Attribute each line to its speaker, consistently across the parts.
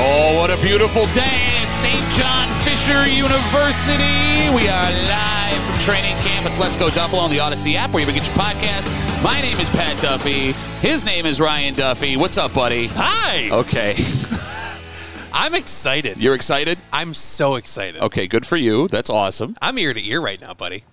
Speaker 1: Oh, what a beautiful day at St. John Fisher University. We are live from training camp. It's Let's Go Duffalo on the Odyssey app where you can get your podcast. My name is Pat Duffy. His name is Ryan Duffy. What's up, buddy?
Speaker 2: Hi!
Speaker 1: Okay.
Speaker 2: I'm excited.
Speaker 1: You're excited?
Speaker 2: I'm so excited.
Speaker 1: Okay, good for you. That's awesome.
Speaker 2: I'm ear to ear right now, buddy.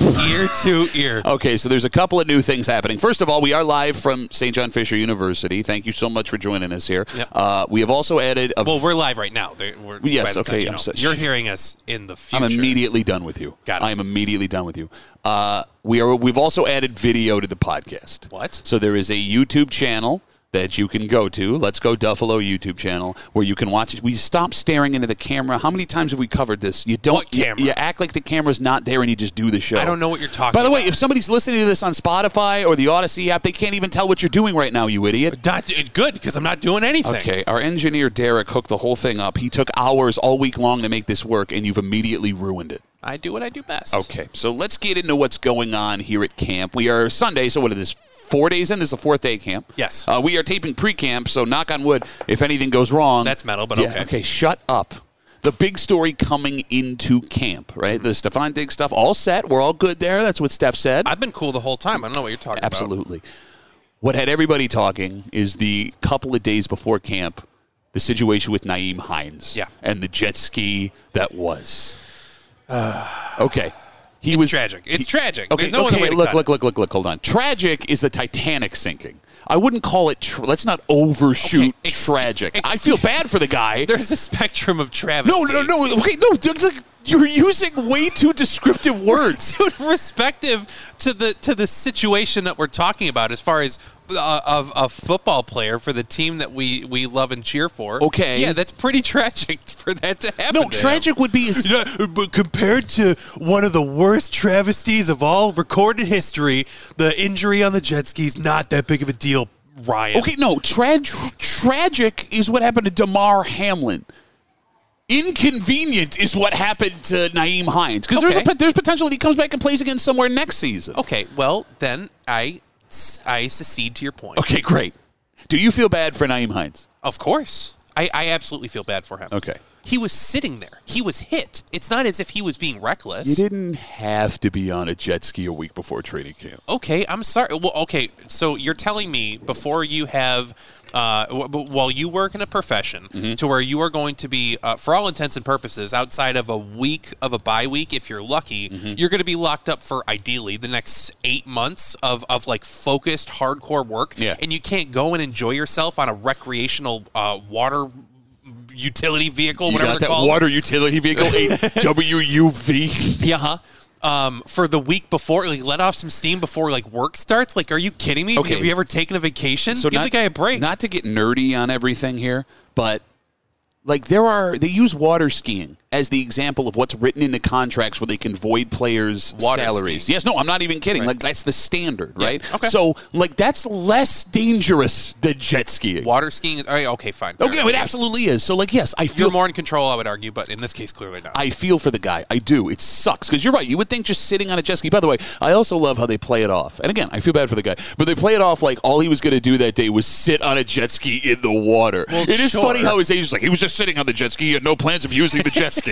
Speaker 2: ear to ear.
Speaker 1: Okay, so there's a couple of new things happening. First of all, we are live from St. John Fisher University. Thank you so much for joining us here.
Speaker 2: Yep.
Speaker 1: Uh, we have also added a.
Speaker 2: Well, we're live right now. They- We're,
Speaker 1: Yes,
Speaker 2: by the
Speaker 1: okay,
Speaker 2: time you
Speaker 1: I'm
Speaker 2: know.
Speaker 1: so-
Speaker 2: You're hearing us in the future.
Speaker 1: I'm immediately done with you.
Speaker 2: Got it.
Speaker 1: I am immediately done with you. Uh, we are. We've also added video to the podcast.
Speaker 2: What?
Speaker 1: So there is a YouTube channel that you can go to. Let's go Duffalo YouTube channel where you can watch it. We stop staring into the camera. How many times have we covered this? You don't.
Speaker 2: What camera?
Speaker 1: You, you act like the camera's not there and you just do the show.
Speaker 2: I don't know what you're talking
Speaker 1: By the way,
Speaker 2: about.
Speaker 1: if somebody's listening to this on Spotify or the Odyssey app, they can't even tell what you're doing right now, you idiot.
Speaker 2: Not it- good because I'm not doing anything.
Speaker 1: Okay, our engineer Derek hooked the whole thing up. He took hours all week long to make this work, and you've immediately ruined it.
Speaker 2: I do what I do best.
Speaker 1: Okay, so let's get into what's going on here at camp. We are Sunday, so what is this? Four days in. This is the fourth day of camp.
Speaker 2: Yes.
Speaker 1: Uh, we are taping pre-camp, so knock on wood. If anything goes wrong,
Speaker 2: That's metal, but
Speaker 1: Yeah,
Speaker 2: okay.
Speaker 1: Okay, shut up. The big story coming into camp, right? The Stefan Diggs stuff, all set. We're all good there. That's what Steph said.
Speaker 2: I've been cool the whole time. I don't know what you're talking about.
Speaker 1: Absolutely. What had everybody talking is the couple of days before camp, the situation with Naeem Hines.
Speaker 2: Yeah.
Speaker 1: And the jet ski that was. okay. He was
Speaker 2: tragic. It's
Speaker 1: he-
Speaker 2: tragic.
Speaker 1: Okay,
Speaker 2: There's no other
Speaker 1: okay,
Speaker 2: way to
Speaker 1: look,
Speaker 2: cut
Speaker 1: look, look, look, look, hold on. Tragic is the Titanic sinking. I wouldn't call it. Tra- let's not overshoot
Speaker 2: Okay, excu-
Speaker 1: tragic. I feel
Speaker 2: excuse-
Speaker 1: bad for the guy.
Speaker 2: There's a spectrum of Travis.
Speaker 1: no, no, no. Okay, no. dude, like, You're using way too descriptive words.
Speaker 2: Dude, respective to the to the situation that we're talking about, as far as uh, of a football player for the team that we we love and cheer for.
Speaker 1: Okay.
Speaker 2: yeah, that's pretty tragic for that to
Speaker 1: No,
Speaker 2: happen. to him.
Speaker 1: tragic would be.
Speaker 2: You know, but compared to one of the worst travesties of all recorded history, the injury on the jet skis not that big of a deal, Ryan.
Speaker 1: Okay, no, tra- tra- tragic is what happened to Damar Hamlin. Inconvenient is what happened to Naeem Hines because there's a,
Speaker 2: Okay.
Speaker 1: pot- there's potential that he comes back and plays again somewhere next season.
Speaker 2: okay. Well, then I I secede to your point.
Speaker 1: Okay, great. Do you feel bad for Naeem Hines?
Speaker 2: Of course. I, I absolutely feel bad for him.
Speaker 1: Okay.
Speaker 2: He was sitting there. He was hit. It's not as if he was being reckless.
Speaker 1: You didn't have to be on a jet ski a week before training camp.
Speaker 2: Okay, I'm sorry. Well, okay, so you're telling me before you have, uh, w- w- while you work in a profession
Speaker 1: Mm-hmm.
Speaker 2: to where you are going to be, uh, for all intents and purposes, outside of a week of a bye week, if you're lucky,
Speaker 1: Mm-hmm.
Speaker 2: you're going to be locked up for ideally the next eight months of, of like focused, hardcore work.
Speaker 1: Yeah.
Speaker 2: And you can't go and enjoy yourself on a recreational uh, water utility vehicle,
Speaker 1: You
Speaker 2: whatever
Speaker 1: got
Speaker 2: they're
Speaker 1: that
Speaker 2: called.
Speaker 1: water utility vehicle, a WUV.
Speaker 2: Yeah. huh. Um, for the week before, like let off some steam before like work starts. Like, are you kidding me?
Speaker 1: Okay.
Speaker 2: Have you ever taken a vacation? Give the guy a break.
Speaker 1: Not to get nerdy on everything here, but like there are they use water skiing as the example of what's written into contracts where they can void players'
Speaker 2: Water
Speaker 1: salaries.
Speaker 2: skiing.
Speaker 1: Yes, no, I'm not even kidding. Like that's the standard, right?
Speaker 2: okay.
Speaker 1: So like that's less dangerous than jet skiing.
Speaker 2: Water skiing. All right, okay, fine.
Speaker 1: Okay, it absolutely is. So like yes, I feel
Speaker 2: You're more in control, I would argue, but in this case, clearly not.
Speaker 1: I feel for the guy. I do. It sucks because you're right. You would think just sitting on a jet ski. By the way, I also love how they play it off. And again, I feel bad for the guy, but they play it off like all he was going to do that day was sit on a jet ski in the water.
Speaker 2: Well,
Speaker 1: it is
Speaker 2: sure.
Speaker 1: funny how his agent's like he was just sitting on the jet ski. He had no plans of using the jet ski.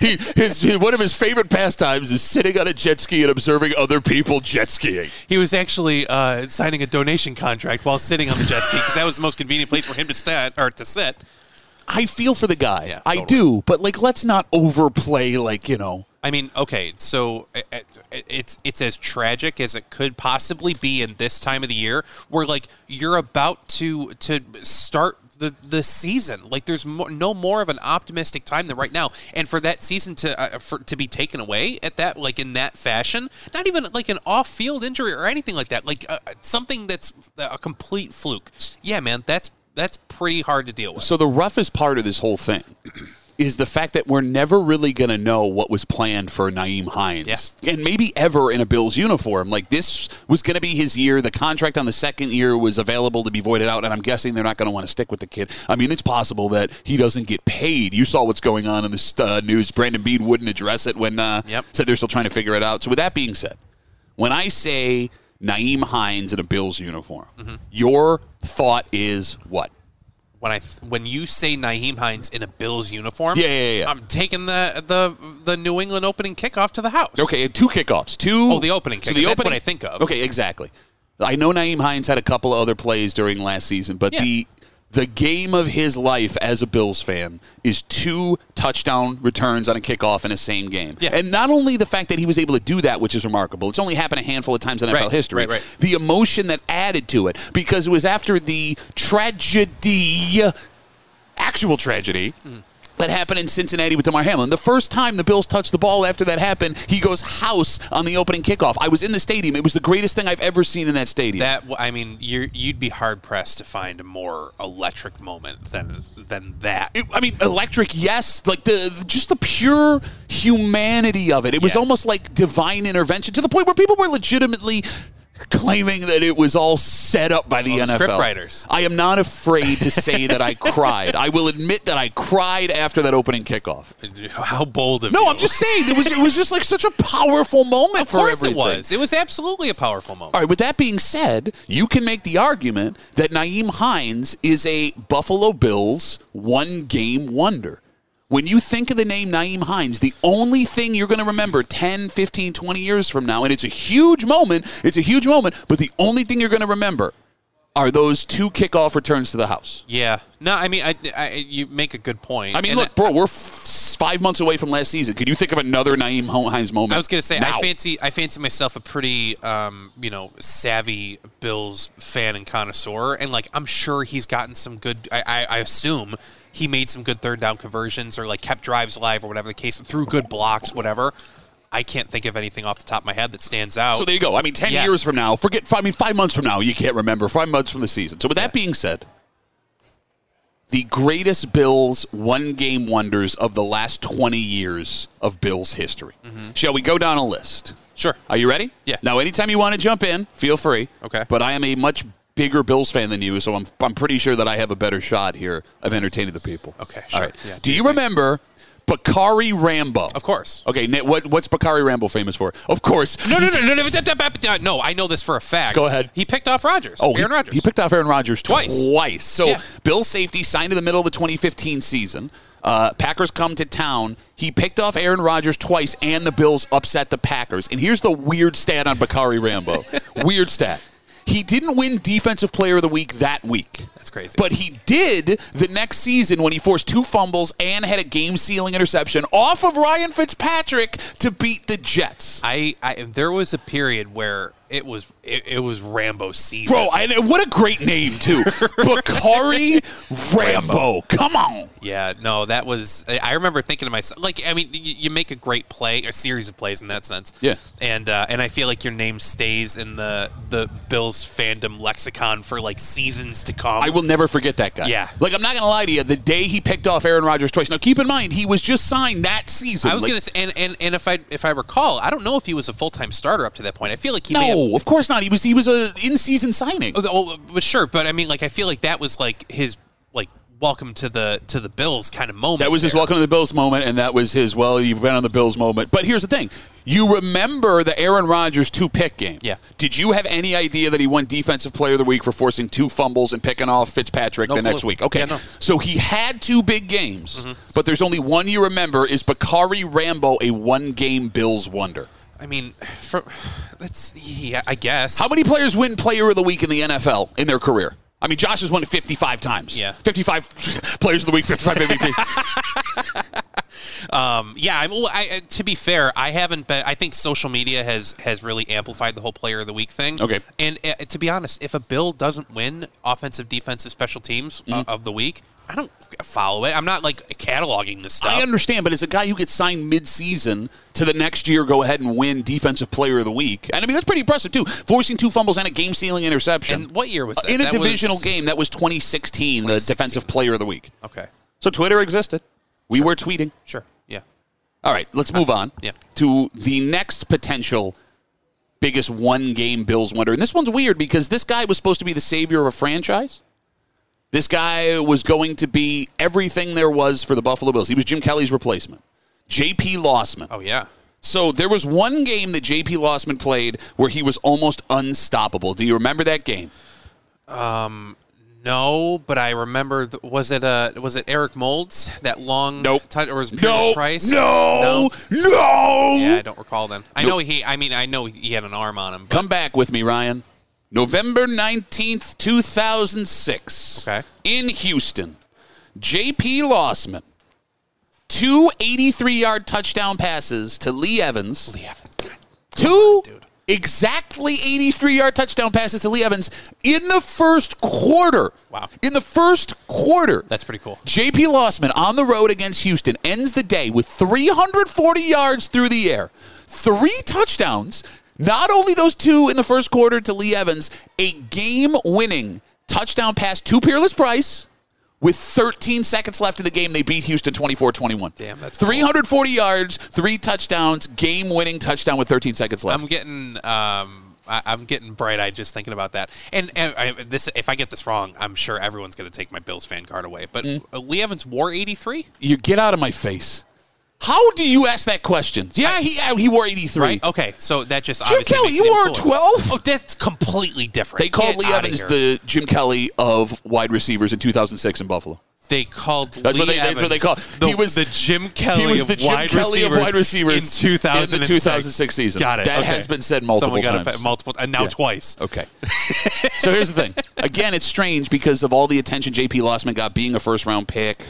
Speaker 1: He his one of his favorite pastimes is sitting on a jet ski and observing other people jet skiing.
Speaker 2: he was actually uh, signing a donation contract while sitting on the jet ski because that was the most convenient place for him to stand or to sit.
Speaker 1: I feel for the guy.
Speaker 2: Yeah,
Speaker 1: I do, but like let's not overplay. Like you know.
Speaker 2: I mean, okay, so it- it- it's it's as tragic as it could possibly be in this time of the year, where like you're about to to start the the season. Like there's mo- no more of an optimistic time than right now, and for that season to uh, for, to be taken away at that like in that fashion, not even like an off field injury or anything like that, like uh, uh, something that's a complete fluke. Yeah, man, that's that's pretty hard to deal with.
Speaker 1: So the roughest part of this whole thing is the fact that we're never really going to know what was planned for Naeem Hines.
Speaker 2: Yeah.
Speaker 1: And maybe ever in a Bills uniform. Like, this was going to be his year. The contract on the second year was available to be voided out, and I'm guessing they're not going to want to stick with the kid. I mean, it's possible that he doesn't get paid. You saw what's going on in this uh, news. Brandon Bean wouldn't address it when uh,
Speaker 2: Yep.
Speaker 1: said they're still trying to figure it out. So, with that being said, when I say Naeem Hines in a Bills uniform,
Speaker 2: Mm-hmm.
Speaker 1: your thought is what?
Speaker 2: when I when you say Naheem Hines in a Bills uniform,
Speaker 1: Yeah, yeah, yeah.
Speaker 2: I'm taking the the the New England opening kickoff to the house.
Speaker 1: Okay, two kickoffs. Two.
Speaker 2: Oh, the opening
Speaker 1: So
Speaker 2: kickoff. That's what I think of.
Speaker 1: Okay, exactly. I know Naeem Hines had a couple of other plays during last season, but
Speaker 2: Yeah.
Speaker 1: the the game of his life as a Bills fan is two touchdown returns on a kickoff in the same game.
Speaker 2: Yeah.
Speaker 1: And not only the fact that he was able to do that, which is remarkable. It's only happened a handful of times in NFL
Speaker 2: Right,
Speaker 1: history.
Speaker 2: right, right.
Speaker 1: The emotion that added to it because it was after the tragedy actual tragedy
Speaker 2: Hmm.
Speaker 1: that happened in Cincinnati with DeMar Hamlin. The first time the Bills touched the ball after that happened, he goes house on the opening kickoff. I was in the stadium. It was the greatest thing I've ever seen in that stadium.
Speaker 2: That I mean, you you'd be hard pressed to find a more electric moment than than that.
Speaker 1: It- I mean, electric, yes. Like the the- just the pure humanity of it. It was
Speaker 2: Yeah.
Speaker 1: almost like divine intervention to the point where people were legitimately claiming that it was all set up by the
Speaker 2: All the
Speaker 1: NFL.
Speaker 2: scriptwriters.
Speaker 1: I am not afraid to say that I cried. I will admit that I cried after that opening kickoff.
Speaker 2: How bold of
Speaker 1: No,
Speaker 2: you.
Speaker 1: I'm just saying it was it was just like such a powerful moment
Speaker 2: Of
Speaker 1: for
Speaker 2: course
Speaker 1: everything.
Speaker 2: it was. It was absolutely a powerful moment.
Speaker 1: All right, with that being said, you can make the argument that Naeem Hines is a Buffalo Bills one game wonder. When you think of the name Naeem Hines, the only thing you're going to remember 10, 15, 20 years from now, and it's a huge moment, it's a huge moment, but the only thing you're going to remember are those two kickoff returns to the house.
Speaker 2: Yeah. No, I mean, I, I you make a good point.
Speaker 1: I mean,
Speaker 2: And
Speaker 1: look, bro, we're f- five months away from last season. Could you think of another Naeem Hines moment?
Speaker 2: I was gonna say
Speaker 1: now?
Speaker 2: I fancy I fancy myself a pretty um, you know savvy Bills fan and connoisseur, and like I'm sure he's gotten some good. I, I, I assume he made some good third down conversions or like kept drives live or whatever the case through good blocks, whatever. I can't think of anything off the top of my head that stands out.
Speaker 1: So there you go. I mean, ten
Speaker 2: Oh. Yeah.
Speaker 1: years from now, forget. I mean, five months from now, you can't remember. Five months from the season. So with that being said, the greatest Bills one-game wonders of the last twenty years of Bills history. Shall we go down a list?
Speaker 2: sure.
Speaker 1: Are you ready?
Speaker 2: Mm-hmm. Yeah.
Speaker 1: Now, anytime you want to jump in, feel free.
Speaker 2: Okay.
Speaker 1: But I am a much bigger Bills fan than you, so I'm I'm pretty sure that I have a better shot here of entertaining the people.
Speaker 2: Okay,
Speaker 1: All
Speaker 2: sure.
Speaker 1: right.
Speaker 2: Yeah,
Speaker 1: Do you remember Bakari Rambo?
Speaker 2: Of course.
Speaker 1: Okay. Nick, What what's Bakari Rambo famous for? Of course.
Speaker 2: No, no, no, no, no, no, no, no. I know this for a fact.
Speaker 1: Go ahead.
Speaker 2: He picked off Rodgers.
Speaker 1: Oh,
Speaker 2: Aaron
Speaker 1: he,
Speaker 2: Rodgers.
Speaker 1: He picked off Aaron Rodgers
Speaker 2: Twice.
Speaker 1: Twice. So
Speaker 2: Yeah.
Speaker 1: Bill safety signed in the middle of the 2015 season. Uh, Packers come to town. He picked off Aaron Rodgers twice, and the Bills upset the Packers. And here's the weird stat on Bakari Rambo. weird stat. He didn't win Defensive Player of the Week that week.
Speaker 2: That's crazy.
Speaker 1: But he did the next season when he forced two fumbles and had a game sealing interception off of Ryan Fitzpatrick to beat the Jets.
Speaker 2: I, I there was a period where it was it, it was Rambo season.
Speaker 1: Bro, and and what a great name too, Bakari Rambo. Come on,
Speaker 2: Yeah, no, that was. I- I remember thinking to myself, like, I mean, y- you make a great play, a series of plays in that sense.
Speaker 1: Yeah.
Speaker 2: and uh, and I feel like your name stays in the the Bills fandom lexicon for like seasons to come.
Speaker 1: I will never forget that guy.
Speaker 2: Yeah.
Speaker 1: like I'm not gonna lie to you. The day he picked off Aaron Rodgers twice. Now keep in mind he was just signed that season.
Speaker 2: I was
Speaker 1: Like,
Speaker 2: gonna say, and, and and if I if I recall, I don't know if he was a full time starter up to that point. I feel like he may have-
Speaker 1: No, of course not. He was he was a in season signing.
Speaker 2: Oh, but sure, but I mean, like, I feel like that was like his like welcome to the to the Bills kind of moment.
Speaker 1: That was his
Speaker 2: there.
Speaker 1: welcome to the Bills moment, and that was his well, you've been on the Bills moment. But here's the thing: you remember the Aaron Rodgers two pick game.
Speaker 2: Yeah.
Speaker 1: Did you have any idea that he won Defensive Player of the Week for forcing two fumbles and picking off Fitzpatrick
Speaker 2: No
Speaker 1: the next
Speaker 2: clue.
Speaker 1: week? Okay.
Speaker 2: Yeah, no. Mm-hmm.
Speaker 1: So he had two big games, but there's only one you remember. Is Bakari Rambo a one-game Bills wonder?
Speaker 2: I mean, for that's yeah, I guess.
Speaker 1: How many players win Player of the Week in the NFL in their career? I mean, Josh has won it 55 times.
Speaker 2: Yeah.
Speaker 1: 55 players of the week, 55 MVPs.
Speaker 2: Yeah, I, well, I, uh, to be fair, I haven't been. I think social media has has really amplified the whole player of the week thing.
Speaker 1: Okay.
Speaker 2: and uh, to be honest, if a bill doesn't win offensive, defensive, special teams
Speaker 1: Mm-hmm.
Speaker 2: uh, of the week, I don't follow it. I'm not like cataloging this stuff.
Speaker 1: I understand, but as a guy who gets signed mid-season to the next year, go ahead and win Defensive Player of the Week, and I mean that's pretty impressive too. Forcing two fumbles and a game-sealing interception
Speaker 2: and what year was that?
Speaker 1: Uh, in a
Speaker 2: That was-
Speaker 1: divisional game that was 2016, The Defensive Player of the Week.
Speaker 2: Okay.
Speaker 1: So Twitter existed. We were tweeting.
Speaker 2: Sure. Yeah.
Speaker 1: All right, let's move on
Speaker 2: Yeah.
Speaker 1: to the next potential biggest one game Bills winner. And this one's weird because this guy was supposed to be the savior of a franchise. This guy was going to be everything there was for the Buffalo Bills. He was Jim Kelly's replacement, JP Lossman.
Speaker 2: Oh yeah.
Speaker 1: So there was one game that JP Lossman played where he was almost unstoppable. Do you remember that game?
Speaker 2: No, but I remember. th- was it uh was it Eric Molds that long?
Speaker 1: Nope.
Speaker 2: T- or was it
Speaker 1: No,
Speaker 2: Pierce Price?
Speaker 1: no, no.
Speaker 2: Yeah, I don't recall them. I know he. I mean, I know he had an arm on him. But,
Speaker 1: Come back with me, Ryan. November 19th, 2006.
Speaker 2: Okay.
Speaker 1: In Houston, JP Lossman, two 83 yard touchdown passes to Lee Evans.
Speaker 2: yeah.
Speaker 1: Two
Speaker 2: dude.
Speaker 1: exactly 83 yard touchdown passes to Lee Evans in the first quarter.
Speaker 2: Wow.
Speaker 1: In the first quarter.
Speaker 2: That's pretty cool.
Speaker 1: JP Lossman on the road against Houston ends the day with 340 yards through the air, three touchdowns, not only those two in the first quarter to Lee Evans, a game winning touchdown pass to Peerless Price. With 13 seconds left in the game, they beat Houston 24 21.
Speaker 2: Damn, that's cool.
Speaker 1: 340 yards, three touchdowns, game winning touchdown with 13 seconds left.
Speaker 2: I'm getting um I, I'm getting bright eyed just thinking about that. And, and I, this if I get this wrong, I'm sure everyone's going to take my Bills fan card away. But
Speaker 1: Mm.
Speaker 2: uh, Lee Evans wore 83,
Speaker 1: you get out of my face. How do you ask that question? Yeah, he, he wore 83.
Speaker 2: right? Okay, so that just
Speaker 1: Jim
Speaker 2: obviously
Speaker 1: Kelly,
Speaker 2: makes
Speaker 1: you
Speaker 2: it
Speaker 1: wore
Speaker 2: cooler.
Speaker 1: 12?
Speaker 2: Oh, that's completely different.
Speaker 1: They called
Speaker 2: Get
Speaker 1: Lee
Speaker 2: outta
Speaker 1: Evans
Speaker 2: here.
Speaker 1: the Jim Kelly of wide receivers in 2006 in Buffalo.
Speaker 2: They called
Speaker 1: That's
Speaker 2: Lee
Speaker 1: what they- that's
Speaker 2: Evans.
Speaker 1: what they call-
Speaker 2: The,
Speaker 1: he was-
Speaker 2: the Jim Kelly.
Speaker 1: he was the
Speaker 2: of
Speaker 1: Jim
Speaker 2: wide
Speaker 1: Kelly of wide receivers
Speaker 2: in 2006.
Speaker 1: in the 2006 season.
Speaker 2: Got it.
Speaker 1: That
Speaker 2: okay.
Speaker 1: has been said multiple
Speaker 2: Someone got
Speaker 1: times.
Speaker 2: It, multiple and now
Speaker 1: Yeah.
Speaker 2: twice.
Speaker 1: Okay. so here's the thing. Again, it's strange because of all the attention JP Lossman got being a first round pick.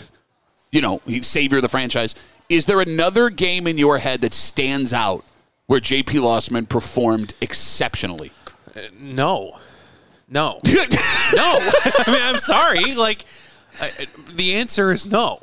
Speaker 1: You know, he's savior of the franchise. Is there another game in your head that stands out where JP Lossman performed exceptionally?
Speaker 2: No, no, no. I mean, I'm sorry. Like, I, the answer is no.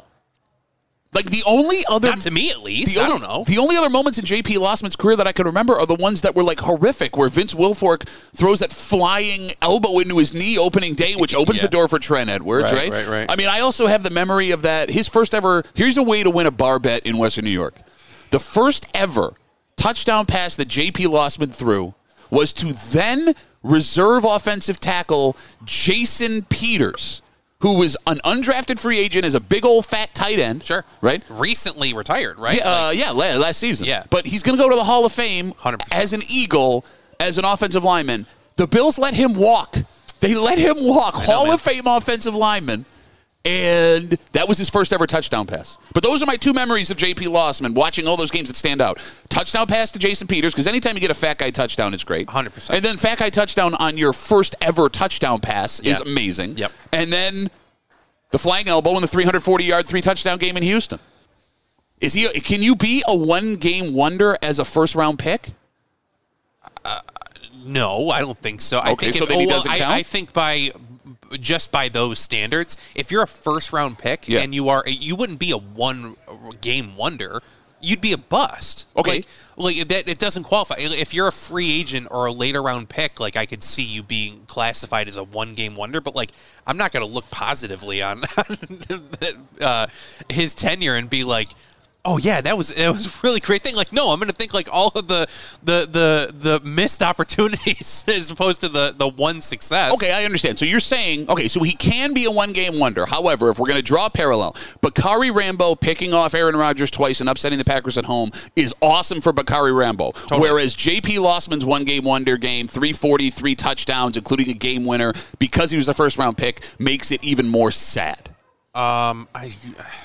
Speaker 1: Like the only other
Speaker 2: Not to me, at least.
Speaker 1: The
Speaker 2: I
Speaker 1: only-
Speaker 2: don't know.
Speaker 1: The only other moments in JP Lossman's career that I can remember are the ones that were like horrific, where Vince Wilfork throws that flying elbow into his knee opening day, which opens
Speaker 2: Yeah.
Speaker 1: the door for Trent Edwards, right,
Speaker 2: Right, right, right.
Speaker 1: I mean, I also have the memory of that. His first ever, here's a way to win a bar bet in Western New York. The first ever touchdown pass that JP Lossman threw was to then reserve offensive tackle Jason Peters. Who was an undrafted free agent as a big old fat tight end?
Speaker 2: Sure.
Speaker 1: right?
Speaker 2: Recently retired, right?
Speaker 1: Yeah, uh, yeah, la- last season.
Speaker 2: Yeah.
Speaker 1: but he's going to go to the Hall of Fame
Speaker 2: 100%.
Speaker 1: as an Eagle, as an offensive lineman. The Bills let him walk. They let him walk. Hall
Speaker 2: man.
Speaker 1: of Fame offensive lineman, and that was his first ever touchdown pass. But those are my two memories of J.P. Lossman watching all those games that stand out. Touchdown pass to Jason Peters because anytime you get a fat guy touchdown, it's great.
Speaker 2: 100%.
Speaker 1: And then fat guy touchdown on your first ever touchdown pass is
Speaker 2: Yep.
Speaker 1: amazing.
Speaker 2: Yep.
Speaker 1: And then the flying elbow in the 340 yard three touchdown game in Houston. Is he? Can you be a one game wonder as a first round pick?
Speaker 2: No, I don't think so. I
Speaker 1: Okay,
Speaker 2: think
Speaker 1: so
Speaker 2: if-
Speaker 1: then he
Speaker 2: well,
Speaker 1: doesn't
Speaker 2: I,
Speaker 1: count?
Speaker 2: I think by just by those standards, if you're a first round pick
Speaker 1: Yeah.
Speaker 2: and you are, you wouldn't be a one game wonder. You'd be a bust.
Speaker 1: Okay.
Speaker 2: like, like that. It doesn't qualify. If you're a free agent or a later round pick, like I could see you being classified as a one game wonder. But like, I'm not going to look positively on uh, his tenure and be like. Oh yeah, that was that was a really great thing. Like, no, I'm gonna think like all of the the the, the missed opportunities as opposed to the the one success.
Speaker 1: Okay, I understand. So you're saying, okay, so he can be a one game wonder. However, if we're going to draw a parallel, Bakari Rambo picking off Aaron Rodgers twice and upsetting the Packers at home is awesome for Bakari Rambo. Whereas JP Lossman's one game wonder game, 340, three touchdowns, including a game winner, because he was a first round pick, makes it even more sad.
Speaker 2: Um, I,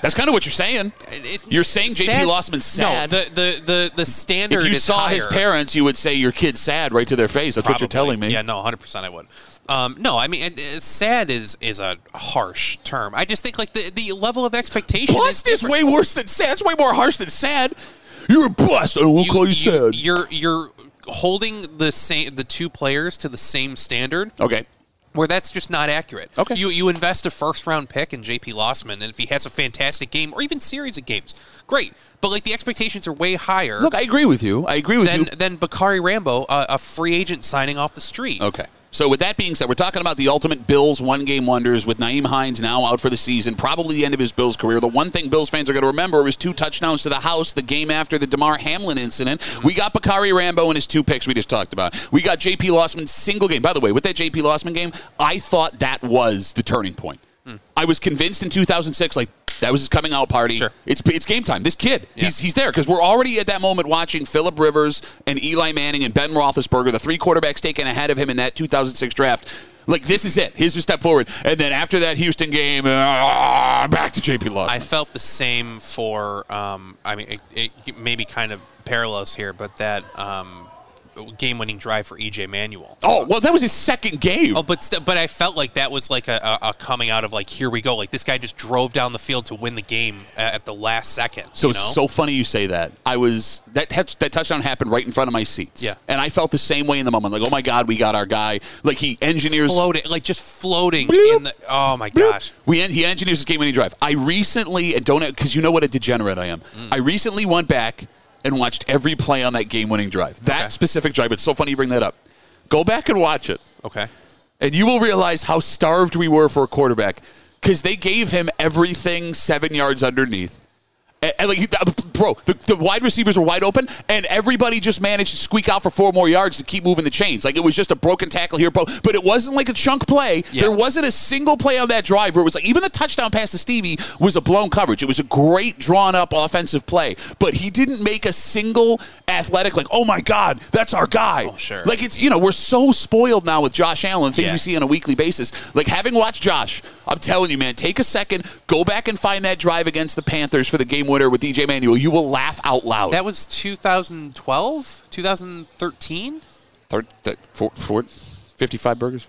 Speaker 1: That's kind of what you're saying.
Speaker 2: it,
Speaker 1: You're saying JP
Speaker 2: sad-
Speaker 1: Lossman's sad.
Speaker 2: No, the the the the standard.
Speaker 1: If you
Speaker 2: is
Speaker 1: saw his
Speaker 2: higher.
Speaker 1: parents, you would say your kid's sad right to their face. That's what you're
Speaker 2: Probably.
Speaker 1: telling me.
Speaker 2: Yeah, no, hundred percent, I would. Um, no, I mean, it, it- sad is is a harsh term. I just think like the the level of expectation. is
Speaker 1: Bust is
Speaker 2: different.
Speaker 1: way worse than sad. It's way more harsh than sad. You're a bust. I won't call you, sad.
Speaker 2: You're you're holding the same the two players to the same standard.
Speaker 1: okay.
Speaker 2: where that's just not accurate.
Speaker 1: Okay.
Speaker 2: You you invest a first round pick in JP Lossman, and if he has a fantastic game or even series of games, great. But like the expectations are way higher
Speaker 1: Look, I agree with you. I agree with
Speaker 2: than
Speaker 1: you.
Speaker 2: than Bakari Rambo, uh, a free agent signing off the street.
Speaker 1: Okay. So, with that being said, we're talking about the ultimate Bills one game wonders with Naeem Hines now out for the season, probably the end of his Bills career. The one thing Bills fans are going to remember was two touchdowns to the house the game after the DeMar Hamlin incident. We got Bakari Rambo and his two picks we just talked about. We got JP Lossman's single game. By the way, with that JP Lossman game, I thought that was the turning point. I was convinced in 2006, like, that was his coming out party.
Speaker 2: Sure.
Speaker 1: It's it's game time. This kid, he's he's there because we're already at that moment watching Philip Rivers and Eli Manning and Ben Roethlisberger, the three quarterbacks taken ahead of him in that 2006 draft. Like this is it. Here's your step forward, and then after that Houston game, ah, back to JP Loss.
Speaker 2: I felt the same for. Um, I mean, it, it maybe kind of parallels here, but that um, game-winning drive for EJ Manuel.
Speaker 1: oh well, that was his second game.
Speaker 2: Oh, but st- but I felt like that was like a, a, a coming out of like here we go. Like this guy just drove down the field to win the game a- at the last second.
Speaker 1: So
Speaker 2: you
Speaker 1: it's
Speaker 2: know?
Speaker 1: so funny you say that. I was that touch- that touchdown happened right in front of my seats.
Speaker 2: Yeah.
Speaker 1: and I felt the same way in the moment. Like, oh my god, we got our guy. Like he engineers
Speaker 2: floating, like just floating
Speaker 1: Bloop.
Speaker 2: in the. Oh my gosh!
Speaker 1: We en- he engineers his game winning drive. I recently and don't because you know what a degenerate I am. I recently went back and watched every play on that game winning drive. That
Speaker 2: Okay.
Speaker 1: specific drive. It's so funny you bring that up. Go back and watch it,
Speaker 2: Okay.
Speaker 1: and you will realize how starved we were for a quarterback because they gave him everything seven yards underneath. And, and like, he- the- bro, the, the wide receivers were wide open, and everybody just managed to squeak out for four more yards to keep moving the chains. Like, it was just a broken tackle here, bro. But it wasn't like a chunk play.
Speaker 2: Yeah.
Speaker 1: There wasn't a single play on that drive where it was like, even the touchdown pass to Stevie was a blown coverage. It was a great, drawn up offensive play, but he didn't make a single athletic, like, oh my God, that's our guy.
Speaker 2: Oh, sure.
Speaker 1: Like, it's, you know, we're so spoiled now with Josh Allen, things
Speaker 2: Yeah.
Speaker 1: we see on a weekly basis. Like, having watched Josh, I'm telling you, man, take a second, go back and find that drive against the Panthers for the game winner with DJ Manuel. You will laugh out loud.
Speaker 2: That was 2012, 2013.
Speaker 1: Third, that, four, four, 55 burgers.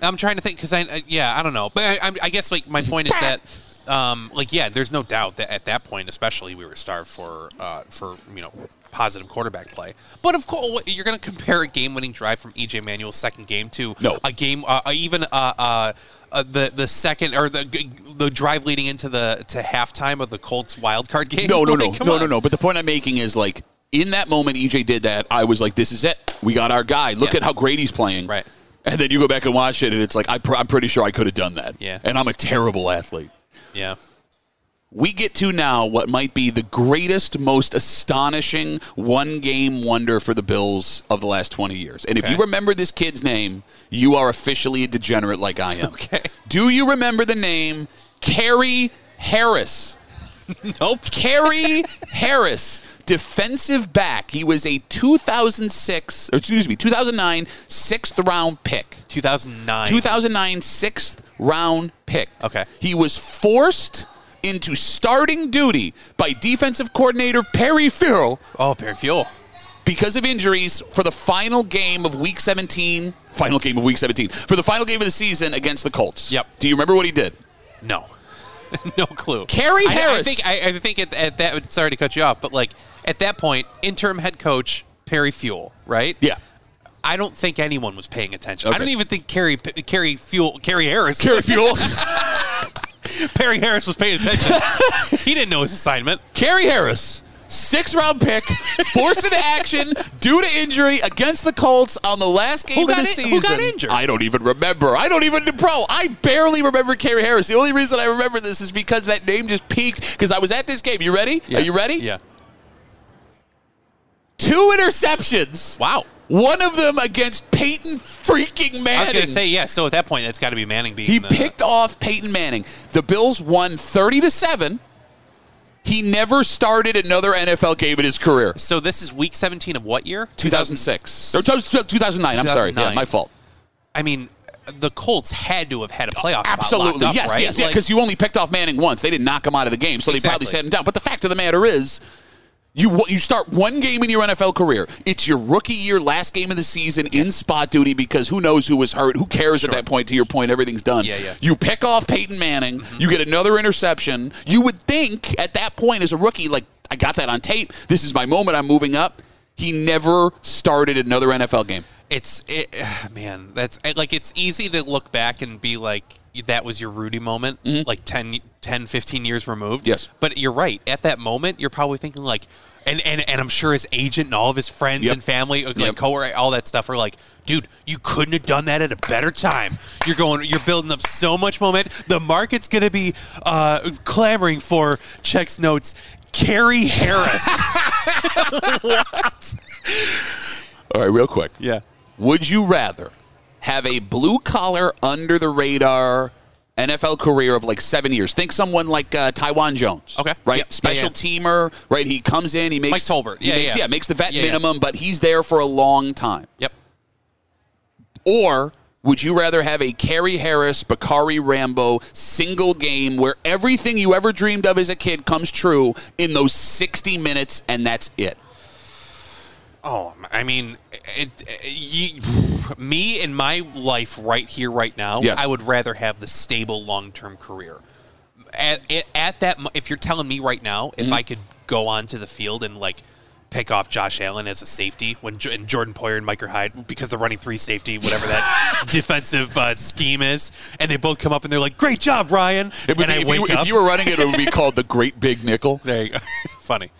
Speaker 2: I'm trying to think because I, I- yeah, I don't know, but I, I, I guess like my point is that, um, like yeah, there's no doubt that at that point, especially we were starved for, uh, for you know, positive quarterback play. But of course, you're going to compare a game-winning drive from EJ Manuel's second game to
Speaker 1: No.
Speaker 2: a game, uh, uh, even uh, uh, uh, the the second or the the drive leading into the to halftime of the Colts wild card game.
Speaker 1: No, no,
Speaker 2: Like,
Speaker 1: no,
Speaker 2: come
Speaker 1: no,
Speaker 2: on.
Speaker 1: no, no. But the point I'm making is like in that moment, EJ did that. I was like, "This is it. We got our guy. Look
Speaker 2: Yeah.
Speaker 1: at how great he's playing."
Speaker 2: Right.
Speaker 1: And then you go back and watch it, and it's like I pr- I'm pretty sure I could have done that.
Speaker 2: Yeah.
Speaker 1: And I'm a terrible athlete.
Speaker 2: Yeah.
Speaker 1: We get to now what might be the greatest, most astonishing one game wonder for the Bills of the last 20 years. And if
Speaker 2: Okay.
Speaker 1: you remember this kid's name, you are officially a degenerate like I am.
Speaker 2: Okay.
Speaker 1: Do you remember the name Kerry Harris?
Speaker 2: Nope.
Speaker 1: Kerry Harris, defensive back. He was a 2006, or excuse me, 2009 sixth round pick.
Speaker 2: 2009.
Speaker 1: 2009 sixth round pick.
Speaker 2: Okay.
Speaker 1: He was forced into starting duty by defensive coordinator Perry Farrell
Speaker 2: oh, Perry Fuel.
Speaker 1: because of injuries for the final game of week 17. Final game of week 17. For the final game of the season against the Colts.
Speaker 2: Yep.
Speaker 1: Do you remember what he did?
Speaker 2: No, no clue.
Speaker 1: Kerry
Speaker 2: I-
Speaker 1: Harris.
Speaker 2: I, think. I, I think at, at that. Sorry to cut you off, but like at that point, interim head coach Perry Fuel, right?
Speaker 1: Yeah.
Speaker 2: I don't think anyone was paying attention. I
Speaker 1: Okay.
Speaker 2: don't even think Kerry Kerry Fuel Kerry Harris
Speaker 1: Kerry Fuel.
Speaker 2: Perry Harris was paying attention. he didn't know his assignment.
Speaker 1: Kerry Harris, six round pick, forced into action due to injury against the Colts on the last game of
Speaker 2: got
Speaker 1: the
Speaker 2: in-
Speaker 1: season.
Speaker 2: who got injured?
Speaker 1: I don't even remember. I don't even, bro, I barely remember Kerry Harris. The only reason I remember this is because that name just peaked because I was at this game. You ready? Are you ready?
Speaker 2: Yeah.
Speaker 1: Two interceptions.
Speaker 2: Wow.
Speaker 1: One of them against Peyton freaking Manning.
Speaker 2: I was gonna say uh, yeah. So at that point, that's got to be Manning being
Speaker 1: He
Speaker 2: the,
Speaker 1: picked off Peyton Manning. The Bills won 30 to 7. He never started another NFL game in his career.
Speaker 2: So this is week 17 of what year?
Speaker 1: 2006. Or 2009. I'm sorry. Yeah,
Speaker 2: 2009.
Speaker 1: my fault.
Speaker 2: I mean, the Colts had to have had a playoff spot locked
Speaker 1: Absolutely.
Speaker 2: up,
Speaker 1: yes,
Speaker 2: right?
Speaker 1: yes, yeah,
Speaker 2: Like-
Speaker 1: because you only picked off Manning once. They didn't knock him out of the game, so they probably
Speaker 2: Exactly.
Speaker 1: sat him down. But the fact of the matter is, you wa- you start one game in your NFL career. It's your rookie year, last game of the season in spot duty because who knows who was hurt? Who cares at that point? To your point, everything's done.
Speaker 2: Yeah, Mm-hmm. yeah.
Speaker 1: You pick off Peyton Manning. You get another interception. You would think at that point as a rookie, like I got that on tape. This is my moment. I'm moving up. He never started another NFL game.
Speaker 2: it's it, ah, man that's I- like it's easy to look back and be like y- that was your Rudy moment, like 10, 10, 15 years removed.
Speaker 1: Mm-hmm. Yes.
Speaker 2: But you're right. At that moment, you're probably thinking like, and, and, and I'm sure his agent and all of his friends
Speaker 1: Yep.
Speaker 2: and family, like
Speaker 1: Yep.
Speaker 2: co all that stuff, are like, dude, you couldn't have done that at a better time. You're going, you're building up so much moment. The market's going to be uh, clamoring for checks notes. Carrie Harris.
Speaker 1: All right, real quick.
Speaker 2: yeah.
Speaker 1: Would you rather have a blue collar, under the radar NFL career of like seven years? Think someone like uh, Taiwan Jones.
Speaker 2: Okay.
Speaker 1: Right?
Speaker 2: Yep. Yeah,
Speaker 1: Special
Speaker 2: yeah.
Speaker 1: teamer, right? He comes in, he makes.
Speaker 2: Mike Tolbert.
Speaker 1: he
Speaker 2: Yeah,
Speaker 1: makes,
Speaker 2: yeah.
Speaker 1: makes the vet
Speaker 2: Yeah, yeah.
Speaker 1: minimum, but he's there for a long time.
Speaker 2: Yep.
Speaker 1: Or would you rather have a Kerry Harris, Bakari Rambo single game where everything you ever dreamed of as a kid comes true in those 60 minutes and that's it?
Speaker 2: Oh, I mean, it, it, you, me in my life right here, right now,
Speaker 1: Yes.
Speaker 2: I would rather have the stable long term career. At, at, at that, mo- if you're telling me right now,
Speaker 1: Mm-hmm.
Speaker 2: if I could go onto the field and like pick off Josh Allen as a safety when Jo- and Jordan Poyer and Micah Hyde because they're running three safety, whatever that defensive uh, scheme is, and they both come up and they're like, "Great job, Ryan!" and I
Speaker 1: if,
Speaker 2: wake
Speaker 1: you,
Speaker 2: up.
Speaker 1: were running it, it would be called the Great Big Nickel.
Speaker 2: there you go. Funny.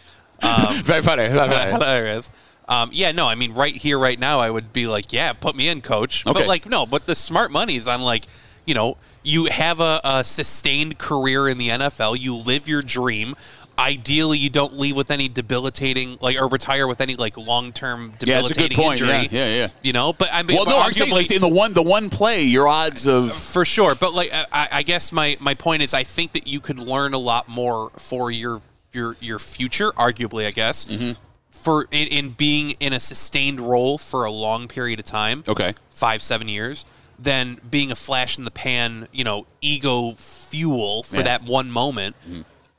Speaker 1: Very funny.
Speaker 2: Hilarious. Um, yeah, no, I mean, right here, right now, I would be like, yeah, put me in, coach.
Speaker 1: Okay.
Speaker 2: But like, no, but the smart money is on like, you know, you have a, a sustained career in the NFL. You live your dream. Ideally, you don't leave with any debilitating, like, or retire with any like long-term debilitating
Speaker 1: Yeah, it's a good point.
Speaker 2: injury.
Speaker 1: Yeah, yeah, yeah.
Speaker 2: You know, but I mean,
Speaker 1: Well,
Speaker 2: but
Speaker 1: no, I'm saying
Speaker 2: arguably-
Speaker 1: like in the one, the one play, your odds of
Speaker 2: for sure. But like, I- I, I guess my, my point is, I think that you could learn a lot more for your your your future. Arguably, I guess
Speaker 1: Mm-hmm.
Speaker 2: for in, in being in a sustained role for a long period of time.
Speaker 1: Okay.
Speaker 2: five seven years. Than being a flash in the pan, you know, ego fuel for
Speaker 1: Yeah. Mm-hmm.
Speaker 2: that one moment.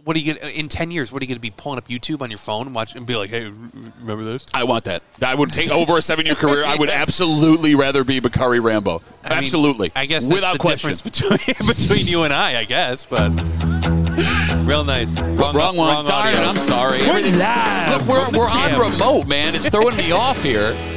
Speaker 2: What are you gonna in ten years? What are you gonna be pulling up YouTube on your phone and watch and be like, hey, r- remember this?
Speaker 1: I want that. I would take over a seven-year career. I would absolutely rather be Bakari Rambo.
Speaker 2: I mean,
Speaker 1: absolutely.
Speaker 2: I guess that's
Speaker 1: without
Speaker 2: the
Speaker 1: question.
Speaker 2: difference between between you and I, I guess, but real nice. Wrong,
Speaker 1: Wrong one. Darn it, I'm sorry.
Speaker 2: We're
Speaker 1: Look,
Speaker 2: live
Speaker 1: we're,
Speaker 2: from the
Speaker 1: we're on
Speaker 2: gym.
Speaker 1: remote, man. It's throwing me off here.